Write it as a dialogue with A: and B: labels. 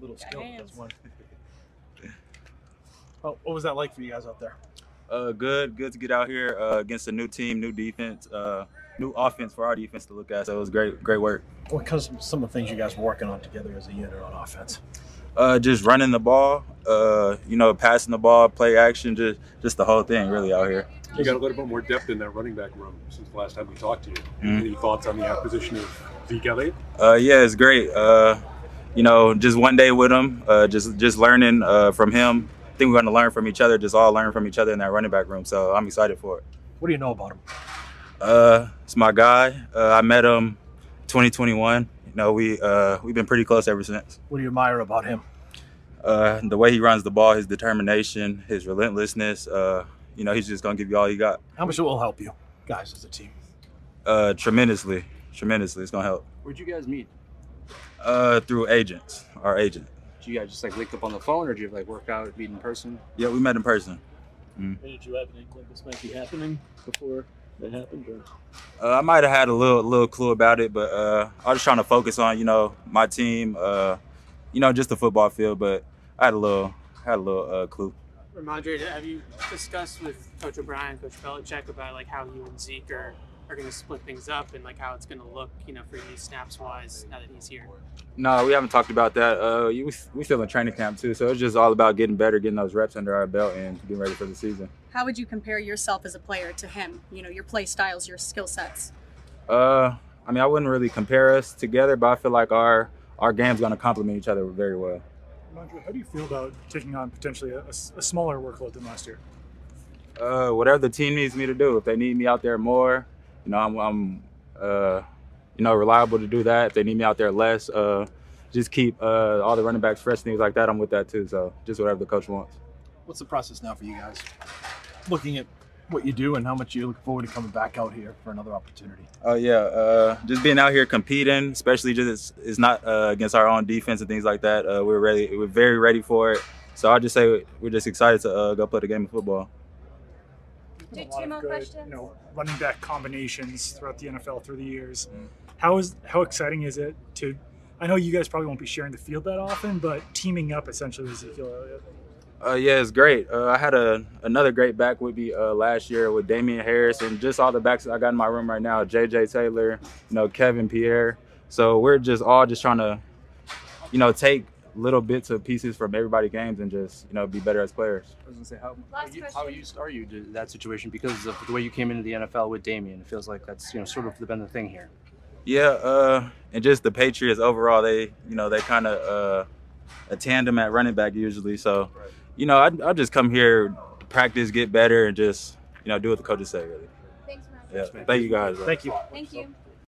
A: little
B: Got
A: skeleton.
B: hands.
A: That's one. oh, what was that like for you guys out there?
C: Uh, good, good to get out here uh, against a new team, new defense, uh, new offense for our defense to look at. So it was great, great work.
A: What comes some of the things you guys were working on together as a unit on offense?
C: Uh, just running the ball, uh, you know, passing the ball, play action, just just the whole thing really out here.
D: You got a little bit more depth in that running back room since the last time we talked to you.
C: Mhm.
D: Any thoughts on the acquisition of Zeke Elliott?
C: Uh, yeah, it's great. Uh, you know, just one day with him, uh, just just learning uh, from him. I think we're going to learn from each other. Just all learn from each other in that running back room. So I'm excited for it.
A: What do you know about him?
C: Uh, it's my guy. Uh, I met him 2021. You know, we uh, we've been pretty close ever since.
A: What do you admire about him?
C: Uh, the way he runs the ball, his determination, his relentlessness. Uh, you know, he's just gonna give you all he got.
A: How much it will help you guys as a team?
C: Uh, tremendously, tremendously, it's gonna help.
E: Where'd you guys meet?
C: Uh, through agents, our agent.
E: Did you guys just like link up on the phone, or did you like work out, meet in person?
C: Yeah, we met in person. Hmm.
F: Or did you have an inkling this might be happening before it happened? Or?
C: Uh, I might have had a little little clue about it, but uh, I was trying to focus on you know my team, uh, you know just the football field. But I had a little had a little uh, clue.
G: Ramondre, have you discussed with Coach O'Brien, Coach Belichick about like how you and Zeke are, are going to split things up and like how it's going to look, you know, for you snaps wise now that he's here?
C: No, we haven't talked about that. Uh, you, we still in training camp too, so it's just all about getting better, getting those reps under our belt, and getting ready for the season.
H: How would you compare yourself as a player to him? You know, your play styles, your skill sets.
C: Uh, I mean, I wouldn't really compare us together, but I feel like our our game's gonna complement each other very well.
I: Andre, how do you feel about taking on potentially a, a s- a smaller workload than last year?
C: Uh, whatever the team needs me to do, if they need me out there more, you know, I'm, I'm uh, you know, reliable to do that. If they need me out there less, uh, just keep uh, all the running backs fresh, things like that. I'm with that too. So just whatever the coach wants.
A: What's the process now for you guys? Looking at what you do and how much you look forward to coming back out here for another opportunity.
C: Oh yeah, uh, just being out here competing, especially just it's, it's not uh, against our own defense and things like that. Uh, we're ready, we're very ready for it. So I just say we're just excited to uh, go play the game of football.
I: There's
B: Do two more questions?
I: you know, running back combinations throughout the NFL through the years.
C: Mm.
I: How is how exciting is it to? I know you guys probably won't be sharing the field that often, but teaming up essentially with Ezekiel Elliott.
C: Uh, yeah, it's great. Uh, I had a another great back with me uh, last year with Damian Harris and just all the backs that I got in my room right now. J.J. Taylor, you know Kevin Pierre. So we're just all just trying to, you know, take little bits of pieces from everybody's games and just you know be better as players.
E: I was gonna say how
B: Last
E: you, how
B: question.
E: used are you to that situation because of the way you came into the NFL with Damien? It feels like that's you know sort of been the thing here.
C: Yeah, uh, and just the Patriots overall, they you know they kind of uh, a tandem at running back usually. So, you know, I I just come here practice, get better, and just you know do what the coaches say. Really.
B: Thanks, Roger.
C: Yeah. Thank you guys. bro.
A: Thank you.
B: Thank you.